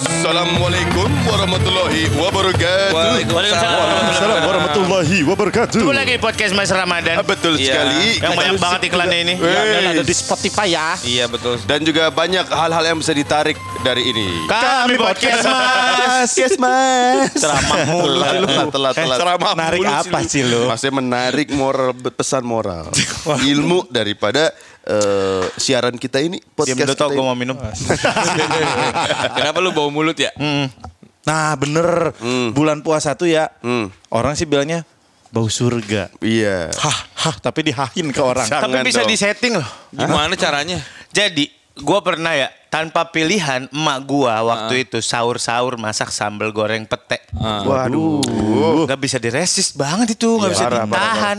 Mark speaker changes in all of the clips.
Speaker 1: Assalamualaikum warahmatullahi wabarakatuh.
Speaker 2: Waalaikumsalam.
Speaker 3: Waalaikumsalam warahmatullahi wabarakatuh.
Speaker 2: Tunggu lagi podcast Mas Ramadan.
Speaker 1: Ah, Betul
Speaker 2: Iya.
Speaker 1: sekali.
Speaker 2: Yang banyak banget iklannya ini.
Speaker 1: Weh.
Speaker 3: Dan ada di Spotify ya.
Speaker 2: Iya betul.
Speaker 1: Dan juga banyak hal-hal yang bisa ditarik dari ini.
Speaker 2: Kami podcast Mas.
Speaker 3: Yes, Mas.
Speaker 2: Ceramah mulu. Eh,
Speaker 1: Telat, telat, telat, telat.
Speaker 2: ceramah
Speaker 3: Menarik
Speaker 2: mulu
Speaker 3: apa sih lu?
Speaker 1: Masih menarik moral pesan moral, ilmu daripada eh, siaran kita ini
Speaker 2: Diam
Speaker 1: podcast
Speaker 2: dulu tau
Speaker 1: kita
Speaker 2: gue
Speaker 1: ini.
Speaker 2: mau minum.
Speaker 4: Kenapa lu bau mulut ya?
Speaker 3: Hmm. Nah bener bulan puasa tuh ya
Speaker 1: Hmm.
Speaker 3: orang sih bilangnya bau surga.
Speaker 1: Iya.
Speaker 3: Hah hah tapi dihahin ke orang.
Speaker 1: Jangan
Speaker 2: Tapi bisa
Speaker 1: dong.
Speaker 2: disetting loh.
Speaker 4: Gimana caranya?
Speaker 2: Jadi gue pernah ya tanpa pilihan emak gua
Speaker 3: Ah.
Speaker 2: waktu itu sahur-sahur masak sambal goreng pete.
Speaker 1: Waduh.
Speaker 2: Gak bisa diresist banget itu, gak
Speaker 1: Iya,
Speaker 2: bisa
Speaker 1: parah, parah,
Speaker 2: ditahan.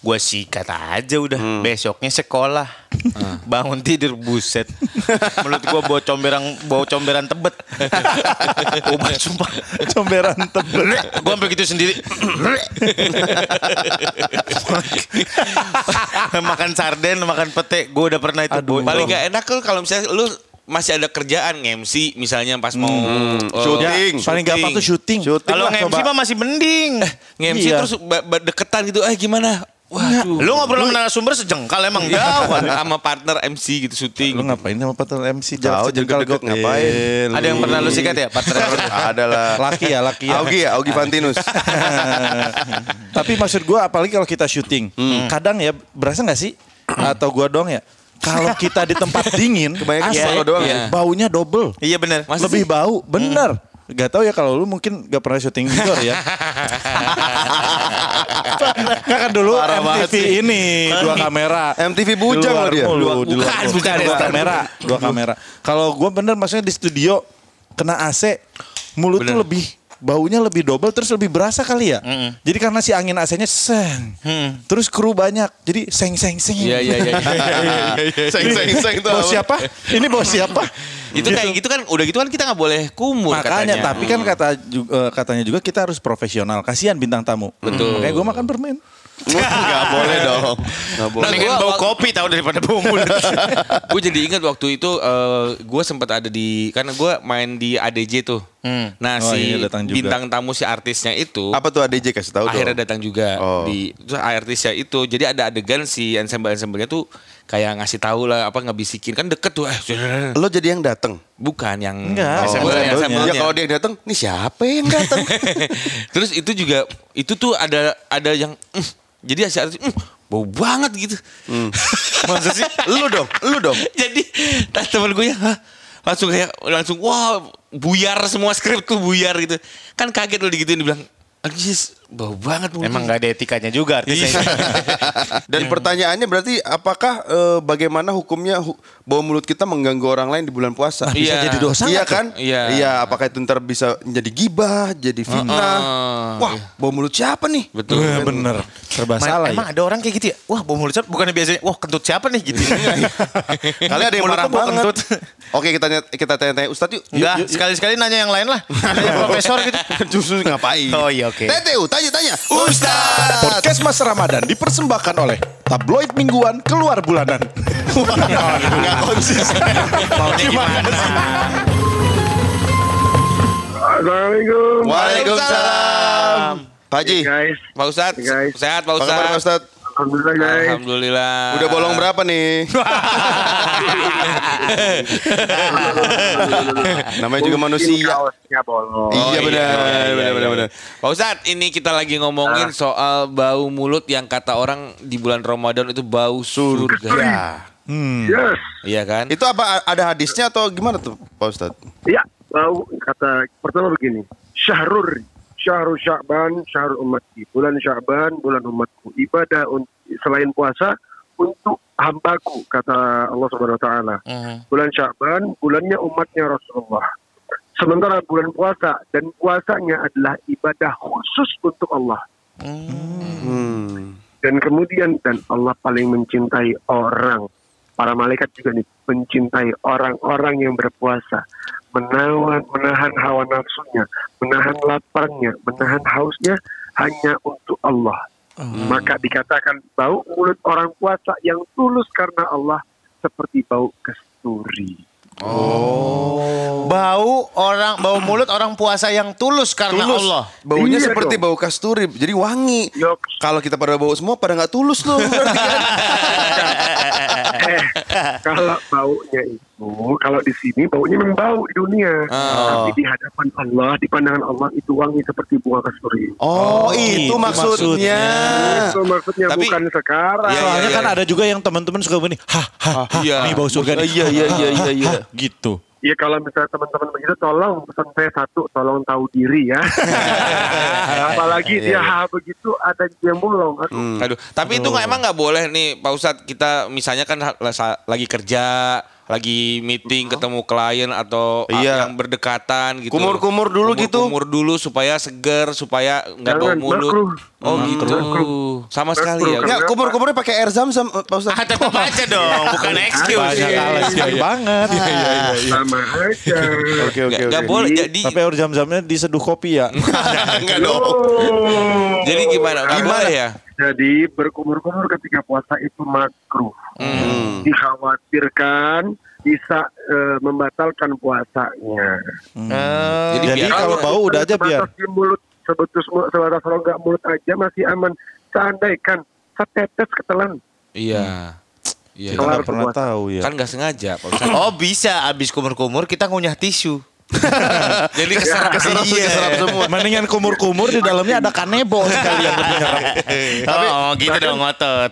Speaker 2: Gue sikat aja udah,
Speaker 3: Hmm.
Speaker 2: besoknya sekolah.
Speaker 3: Ah.
Speaker 2: Bangun tidur buset. Mulut gue bawa comberan bawa comberan tebet. Obat sumpah.
Speaker 3: Comberan tebel.
Speaker 2: Gue sampai gitu sendiri. makan sarden, makan pete. Gue udah pernah itu. Boy.
Speaker 4: Paling gak enak tuh kalau misalnya lu masih ada kerjaan nge-MC misalnya pas mau eh,
Speaker 1: Syuting.
Speaker 3: Ya, paling gampang tuh syuting.
Speaker 1: Syuting
Speaker 2: Kalau nge-MC mah masih mending.
Speaker 4: nge-MC
Speaker 3: Iya.
Speaker 4: terus ba- ba- deketan gitu. Eh gimana? Waduh.
Speaker 2: Lu ngobrol sama narasumber sejengkal emang jauh kan.
Speaker 4: sama partner MC gitu syuting.
Speaker 3: Lu ngapain sama partner MC?
Speaker 1: Tahu, deket-deket ngapain?
Speaker 3: Eh,
Speaker 4: Iya.
Speaker 2: Ada yang pernah lu sikat ya? Partner
Speaker 1: Adalah
Speaker 3: Laki ya laki ya.
Speaker 1: Augie ya, Augie
Speaker 4: Ah.
Speaker 1: Fantinus.
Speaker 3: Tapi maksud gua apalagi kalau kita syuting.
Speaker 1: Hmm.
Speaker 3: Kadang ya berasa gak sih? Atau gua doang ya? Kalau kita di tempat dingin,
Speaker 1: Kebanyakan
Speaker 3: AC,
Speaker 1: kalau doang
Speaker 4: ya.
Speaker 3: baunya double.
Speaker 2: Iya bener.
Speaker 4: Masa sih?
Speaker 3: lebih bau, bener. Gak tau ya kalau lu mungkin gak pernah syuting indoor ya. Gak kan dulu
Speaker 1: Parah banget
Speaker 3: MTV ini dua kamera.
Speaker 1: MTV bujang
Speaker 3: Di luar
Speaker 1: loh dia.
Speaker 3: mulu,
Speaker 1: Dua-
Speaker 3: di luar
Speaker 2: bukan,
Speaker 3: mulu.
Speaker 2: bukan,
Speaker 3: dua
Speaker 2: bukan.
Speaker 3: kamera, dua kamera. Kalau gua bener maksudnya di studio kena AC, mulut tuh lebih baunya lebih double terus lebih berasa kali ya. Jadi karena si angin AC-nya seng. Terus kru banyak. Jadi seng seng seng.
Speaker 4: Iya iya iya.
Speaker 1: Seng seng seng itu.
Speaker 3: Bau
Speaker 1: apa?
Speaker 3: siapa? Ini bau siapa?
Speaker 4: Itu kayak gitu kan udah gitu kan kita nggak boleh kumur katanya.
Speaker 3: Makanya tapi kan
Speaker 1: Hmm.
Speaker 3: kata ju- eh, katanya juga kita harus profesional. Kasihan bintang tamu.
Speaker 4: Betul.
Speaker 3: Makanya gue makan permen.
Speaker 1: Nggak boleh dong. Nggak boleh.
Speaker 2: Mendingan
Speaker 4: Gua-
Speaker 2: bau kopi tahu daripada bau mulut.
Speaker 4: gue jadi ingat waktu itu gue sempat ada di karena gue main di ADJ tuh. Nah
Speaker 3: Oh,
Speaker 4: si
Speaker 3: iya, datang juga.
Speaker 4: bintang tamu si artisnya itu
Speaker 1: Apa tuh ADJ kasih tahu
Speaker 4: akhirnya
Speaker 1: dong.
Speaker 4: datang juga
Speaker 1: Oh.
Speaker 4: di terus artisnya itu. Jadi ada adegan si ensemble-ensemblenya tuh kayak ngasih tahu lah apa ngebisikin kan deket tuh. Eh, zzzz.
Speaker 1: Lo jadi yang datang.
Speaker 2: Oh,
Speaker 4: bukan yang Oh. bukan
Speaker 2: iya,
Speaker 3: Enggak, ensemble-
Speaker 4: yang
Speaker 1: ya
Speaker 4: ensemblenya.
Speaker 1: kalau dia yang datang, nih siapa yang datang?
Speaker 4: terus itu juga itu tuh ada ada yang "Mm." jadi si artis "Mm, bau banget gitu.
Speaker 1: Masa Hmm. sih? Lu dong, lu dong.
Speaker 4: jadi nah, temen gue ya "Hah?" langsung kayak langsung wah buyar semua skrip tuh buyar gitu kan kaget lo digituin dibilang aduh sis, bau banget Iya. mulut
Speaker 2: Emang gak ada etikanya juga artisnya.
Speaker 1: Dan pertanyaannya berarti apakah eh, bagaimana hukumnya hu- bau mulut kita mengganggu orang lain di bulan puasa?
Speaker 4: bisa Iya. jadi dosa
Speaker 1: Iya
Speaker 4: nggak tuh?
Speaker 1: kan?
Speaker 4: Iya.
Speaker 1: Iya, apakah itu ntar bisa jadi gibah, jadi fitnah?
Speaker 2: Oh,
Speaker 4: Heeh.
Speaker 1: Wah,
Speaker 2: iya.
Speaker 1: bau mulut siapa nih?
Speaker 4: Betul.
Speaker 3: Eh, bener. Serba
Speaker 2: Man,
Speaker 3: salah
Speaker 2: emang
Speaker 3: ya.
Speaker 2: ada orang kayak gitu ya? Wah bau mulut siapa? Bukannya biasanya, wah kentut siapa nih gitu.
Speaker 1: Kali ada yang
Speaker 2: Mulut
Speaker 1: marah
Speaker 2: tuh bau
Speaker 1: banget.
Speaker 2: kentut.
Speaker 1: Oke, kita tanya kita tanya-tanya Ustaz yuk.
Speaker 2: Enggak, sekali-sekali nanya yang lain lah. Nanya profesor gitu.
Speaker 1: Justru ngapain?
Speaker 2: Oh iya oke.
Speaker 1: TTU, tanya-tanya. Ustaz.
Speaker 3: Podcast Mas Ramadan dipersembahkan oleh tabloid mingguan keluar bulanan.
Speaker 1: Enggak konsisten.
Speaker 2: Maunya gimana?
Speaker 5: Assalamualaikum.
Speaker 1: Waalaikumsalam. Pak Haji.
Speaker 5: Iya, Guys,
Speaker 4: Pak Ustadz
Speaker 5: Guys.
Speaker 4: sehat Pak
Speaker 1: Apa kabar Pak
Speaker 4: Ustadz
Speaker 1: Ustaz?
Speaker 5: alhamdulillah guys.
Speaker 4: Alhamdulillah
Speaker 1: Udah bolong berapa nih? Namanya juga manusia.
Speaker 5: Kaosnya
Speaker 4: Oh,
Speaker 5: bolong.
Speaker 1: Iya, benar, benar, benar, benar.
Speaker 4: iya.
Speaker 1: Ah.
Speaker 4: Pak Ustadz ini kita lagi ngomongin soal bau mulut yang kata orang di bulan Ramadan itu bau surga
Speaker 3: Hmm.
Speaker 5: Yes.
Speaker 4: Iya kan
Speaker 1: Itu apa ada hadisnya atau gimana tuh Pak Ustaz?
Speaker 5: Iya, bau kata pertama begini. Syahrur, Syahru Sya'ban, Syahrul Umatku. Bulan Sya'ban, bulan umatku. Ibadah un- selain puasa untuk hambaku, kata Allah Subhanahu wa taala. Bulan Sya'ban, bulannya umatnya Rasulullah. Sementara bulan puasa dan puasanya adalah ibadah khusus untuk Allah.
Speaker 1: Hmm.
Speaker 5: dan kemudian dan Allah paling mencintai orang para malaikat juga nih mencintai orang-orang yang berpuasa menahan menahan hawa nafsunya menahan laparnya menahan hausnya hanya untuk Allah maka dikatakan bau mulut orang puasa yang tulus karena Allah seperti bau kesturi
Speaker 2: Bau bau orang bau mulut orang puasa yang tulus karena
Speaker 1: Tulus.
Speaker 2: Allah.
Speaker 1: Baunya
Speaker 5: Iya
Speaker 1: seperti
Speaker 5: dong.
Speaker 1: bau kasturi, jadi wangi.
Speaker 5: Yoks.
Speaker 1: Kalau kita pada bau semua pada nggak tulus loh.
Speaker 5: eh, kalau baunya itu, kalau di sini baunya memang bau di dunia. Tapi di hadapan Allah, di pandangan Allah itu wangi seperti bunga kasturi.
Speaker 1: Oh, itu,
Speaker 3: itu
Speaker 1: maksudnya.
Speaker 5: Itu maksudnya
Speaker 4: Nah, Tapi-
Speaker 5: bukan sekarang.
Speaker 4: Iya,
Speaker 3: Soalnya
Speaker 4: iya,
Speaker 3: kan
Speaker 4: iya.
Speaker 3: ada juga yang teman-teman suka begini, hah, hah, hah,
Speaker 4: iya.
Speaker 3: ini bau surga nih.
Speaker 1: Iya, iya,
Speaker 3: Hah,
Speaker 1: iya,
Speaker 3: hah,
Speaker 1: iya, iya.
Speaker 3: hah, Gitu.
Speaker 5: Iya kalau misalnya teman-teman begitu tolong pesan saya satu tolong tahu diri ya. Apalagi
Speaker 4: Iya,
Speaker 5: dia ha begitu ada yang bolong. Aduh,
Speaker 4: Aduh, tapi itu nggak emang nggak boleh nih Pak Ustadz kita misalnya kan ha- la- lagi kerja, lagi meeting, ketemu klien atau a-
Speaker 1: Iya.
Speaker 4: yang berdekatan gitu.
Speaker 1: Kumur-kumur dulu gitu.
Speaker 4: Kumur dulu supaya seger, supaya nggak bau
Speaker 5: Jangan,
Speaker 4: mulut.
Speaker 5: makruh.
Speaker 4: Oh gitu.
Speaker 5: Makruh.
Speaker 4: Sama sekali ya.
Speaker 5: Makruh.
Speaker 1: Nggak, kumur-kumurnya pakai air zam zam, Pak Ustaz.
Speaker 2: Ah, tetap aja dong, bukan
Speaker 1: Iya,
Speaker 2: excuse.
Speaker 3: Banyak alasan banget.
Speaker 5: sama ya, aja.
Speaker 1: Oke, oke,
Speaker 4: Nggak-
Speaker 1: oke.
Speaker 4: Nggak boleh jadi
Speaker 3: Tapi harus jam-jamnya diseduh kopi ya.
Speaker 1: Iya, Enggak dong.
Speaker 5: Oh.
Speaker 4: jadi gimana? Nggak
Speaker 1: Gimana?
Speaker 4: boleh ya?
Speaker 5: Jadi berkumur-kumur ketika puasa itu makruh.
Speaker 4: Hmm.
Speaker 5: Dikhawatirkan bisa eh, membatalkan puasanya.
Speaker 1: Hmm.
Speaker 5: Eh,
Speaker 4: Jadi
Speaker 3: Jadi
Speaker 4: biar-
Speaker 1: iya.
Speaker 3: kalau bau udah aja biar.
Speaker 5: Sebatas di mulut sebetus sebatas rongga mulut aja masih aman. Seandaikan setetes ketelan.
Speaker 4: Iya. Iya.
Speaker 3: Kita nggak pernah
Speaker 5: Keluar.
Speaker 3: tahu ya.
Speaker 4: Kan nggak sengaja Pak Ustadz.
Speaker 2: Oh bisa, abis kumur-kumur kita ngunyah tisu.
Speaker 4: Jadi keserap
Speaker 1: Keserap
Speaker 4: Iya.
Speaker 1: keserap semua.
Speaker 3: Eh, Mendingan kumur-kumur di dalamnya ada kanebo sekalian lebih nyerap.
Speaker 2: oh gitu dong ngotot.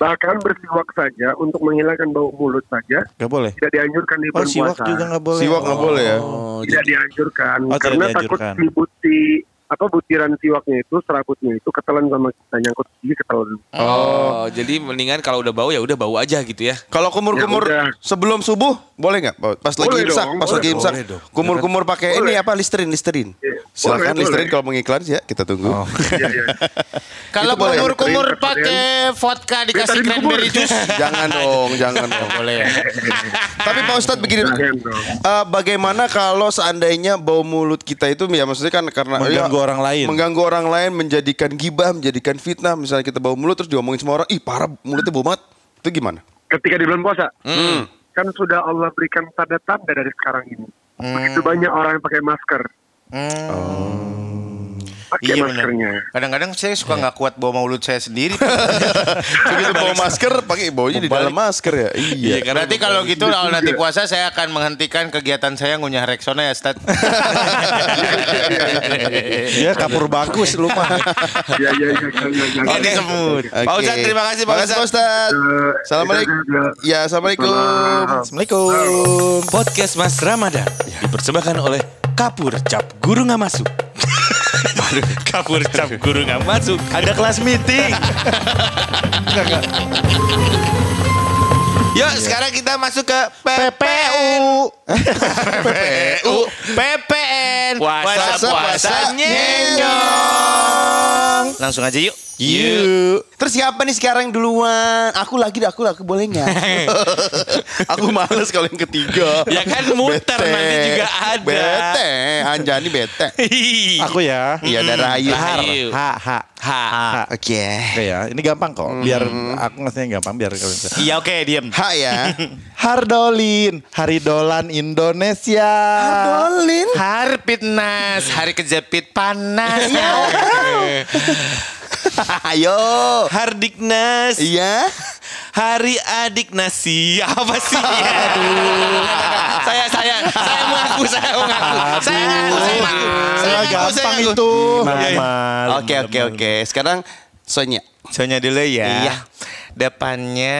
Speaker 5: Bahkan bersiwak saja untuk menghilangkan bau mulut saja
Speaker 3: Gak boleh.
Speaker 5: tidak dianjurkan di
Speaker 3: Oh
Speaker 5: bulan
Speaker 3: siwak
Speaker 5: puasa.
Speaker 3: juga gak boleh.
Speaker 1: Siwak nggak boleh ya?
Speaker 4: Oh.
Speaker 5: Tidak dianjurkan
Speaker 3: Oh, tidak
Speaker 5: karena
Speaker 3: dianjurkan.
Speaker 5: takut si buti apa butiran siwaknya itu serabutnya itu ketelan sama kita nyangkut gigi ketelan.
Speaker 4: Oh, jadi mendingan kalau udah bau ya udah bau aja gitu ya.
Speaker 1: Kalau kumur-kumur
Speaker 5: Ya udah.
Speaker 1: sebelum subuh boleh nggak? Pak? Pas lagi
Speaker 5: Boleh
Speaker 1: imsak,
Speaker 5: dong,
Speaker 1: pas
Speaker 5: boleh
Speaker 1: lagi
Speaker 5: dong.
Speaker 1: imsak. Kumur-kumur pakai ini
Speaker 5: Boleh.
Speaker 1: apa listerin, listerin.
Speaker 5: Iya.
Speaker 1: Silakan
Speaker 5: Boleh,
Speaker 1: listerin
Speaker 5: boleh.
Speaker 1: kalau mengiklan ya, kita tunggu.
Speaker 5: Iya, iya.
Speaker 2: Kalau
Speaker 1: Itu boleh.
Speaker 2: kumur-kumur pakai vodka dikasih
Speaker 5: Minta dikubur.
Speaker 2: cranberry juice.
Speaker 1: jangan dong, jangan
Speaker 2: Oh,
Speaker 1: dong.
Speaker 2: boleh ya.
Speaker 1: Tapi Pak Ustadz begini,
Speaker 5: Jangan dong.
Speaker 1: eh, bagaimana kalau seandainya bau mulut kita itu ya maksudnya kan karena
Speaker 3: Mengganggu
Speaker 1: ya,
Speaker 3: orang lain.
Speaker 1: mengganggu orang lain, menjadikan gibah, menjadikan fitnah. Misalnya kita bau mulut terus diomongin semua orang, ih parah mulutnya bau banget. Itu gimana?
Speaker 5: ketika di bulan puasa.
Speaker 3: Hmm.
Speaker 5: Kan sudah Allah berikan tanda-tanda dari sekarang ini.
Speaker 3: Hmm.
Speaker 5: Begitu banyak orang yang pakai masker. Pakai
Speaker 2: Hmm, Iya benar.
Speaker 5: maskernya.
Speaker 2: Kadang-kadang saya suka nggak kuat bawa mulut saya sendiri.
Speaker 1: Begitu bawa masker, pakai baunya di dalam masker ya. Iya.
Speaker 4: Iya, karena
Speaker 2: Berarti kalau gitu kalau nanti puasa saya akan menghentikan kegiatan saya ngunyah Rexona ya, Stad.
Speaker 1: Iya,
Speaker 4: Iya.
Speaker 3: Dia kapur bagus lupa.
Speaker 5: Iya, iya, iya. iya, iya,
Speaker 4: Nggak
Speaker 5: iya.
Speaker 4: disebut. Pak
Speaker 1: Oke.
Speaker 4: Ustadz terima kasih Pak
Speaker 1: Makasih,
Speaker 4: Ustadz.
Speaker 5: Eh,
Speaker 1: Assalamualaikum.
Speaker 5: iya, iya.
Speaker 1: Ya, assalamualaikum.
Speaker 5: Salam.
Speaker 3: Assalamualaikum. Ya.
Speaker 4: Podcast Mas Ramadan dipersembahkan oleh Kapur Cap Guru Nggak Masuk. Aduh, Kapur Cap Guru Nggak Masuk. Ada kelas meeting. Yuk, sekarang kita masuk ke PPU. PPU.
Speaker 2: PPN.
Speaker 4: Puasa, puasa,
Speaker 2: nyenyong. Langsung aja yuk.
Speaker 1: Yuk. Terus siapa nih sekarang duluan? Aku lagi, aku aku boleh nggak? aku males kalau yang ketiga.
Speaker 4: Ya kan muter, nanti juga ada.
Speaker 1: Bete, Anjani bete.
Speaker 3: Aku ya.
Speaker 1: Iya ada Rayu.
Speaker 4: Rahayu.
Speaker 3: Ha ha.
Speaker 4: Ha.
Speaker 3: Ha.
Speaker 1: Oke.
Speaker 3: Oke ya, ini gampang kok. Biar
Speaker 4: Hmm.
Speaker 3: aku ngasihnya gampang biar kalian bisa.
Speaker 2: Iya oke, diam.
Speaker 1: Ha ya.
Speaker 3: Hardolin, Haridolan Indonesia.
Speaker 1: Dolin.
Speaker 2: Harpitnas, hari kejepit panas.
Speaker 4: Iya.
Speaker 2: Ya.
Speaker 1: Ayo.
Speaker 4: Hardiknas.
Speaker 1: Iya.
Speaker 4: Hari Adik Nasi apa sih? saya saya saya mengaku saya mengaku saya mengaku saya mengaku saya
Speaker 3: Ah,
Speaker 4: mengaku saya
Speaker 3: gampang
Speaker 4: mengaku.
Speaker 3: itu.
Speaker 1: Oke oke oke. Sekarang Sonya.
Speaker 2: Soalnya dulu ya.
Speaker 1: Iya.
Speaker 2: Depannya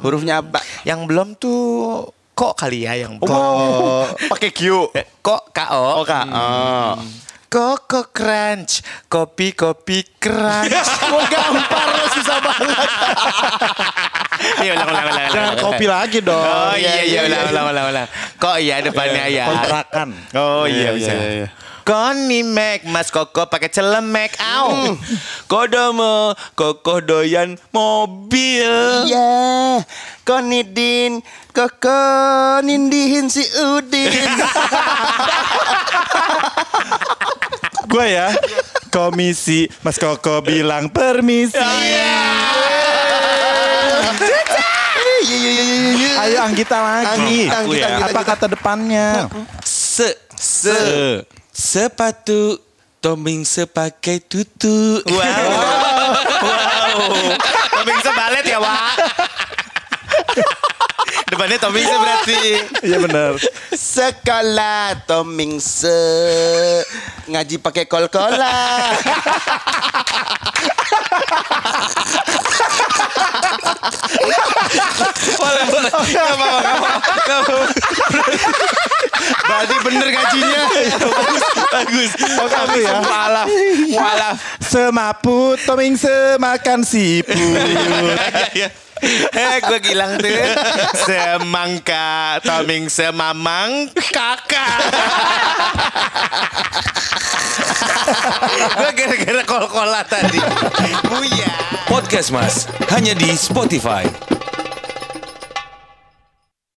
Speaker 1: Hurufnya apa?
Speaker 2: yang belum tuh kok kali ya yang belum.
Speaker 1: Oh, pakai Q.
Speaker 2: Eh, Kok KO?
Speaker 1: Oke. Oh.
Speaker 2: Koko Crunch, kopi kopi crunch.
Speaker 1: Gue gampar lo susah banget.
Speaker 2: Iya ulang ulang ulang.
Speaker 3: Jangan
Speaker 2: ulang.
Speaker 3: kopi lagi dong.
Speaker 2: Oh iya iya ulang ulang ulang ulang. Kok iya depannya ya.
Speaker 3: Kontrakan.
Speaker 2: Oh iya
Speaker 1: Iya,
Speaker 2: bisa.
Speaker 1: iya, iya.
Speaker 2: Koni Mac, Mas Koko pakai celemek, au.
Speaker 4: Kodama kokoh doyan mobil.
Speaker 1: Iya. Konidin. Koko nindihin si Udin.
Speaker 3: Gue ya. Komisi Mas Koko bilang Ya, permisi.
Speaker 1: Iya, iya, iya, iya, iya.
Speaker 3: Ayo Anggita lagi.
Speaker 1: Anggita,
Speaker 4: Aku
Speaker 1: Anggita,
Speaker 4: ya.
Speaker 1: Anggita,
Speaker 3: Apa
Speaker 1: Anggita.
Speaker 3: kata depannya?
Speaker 4: Se, se, sepatu, toming sepakai tutu. Wow.
Speaker 2: Tommy bisa balet ya, Wak. Depannya Tommy bisa berarti.
Speaker 3: Iya benar.
Speaker 1: Sekolah Toming se ngaji pakai kol-kola.
Speaker 4: boleh, boleh. Gak apa-apa, gak apa-apa. Gak apa-apa.
Speaker 1: Berarti bener ngajinya.
Speaker 2: Iya,
Speaker 4: Bagus.
Speaker 3: Oh, aku ya.
Speaker 4: Mualaf, mualaf.
Speaker 3: Semaput, toming semakan siput.
Speaker 4: Ya, ya.
Speaker 2: Eh, gue bilang tuh. Semangka, Tommy semamang, kakak. gue gara-gara kol-kola tadi. Buyar.
Speaker 4: Podcast Mas, hanya di Spotify.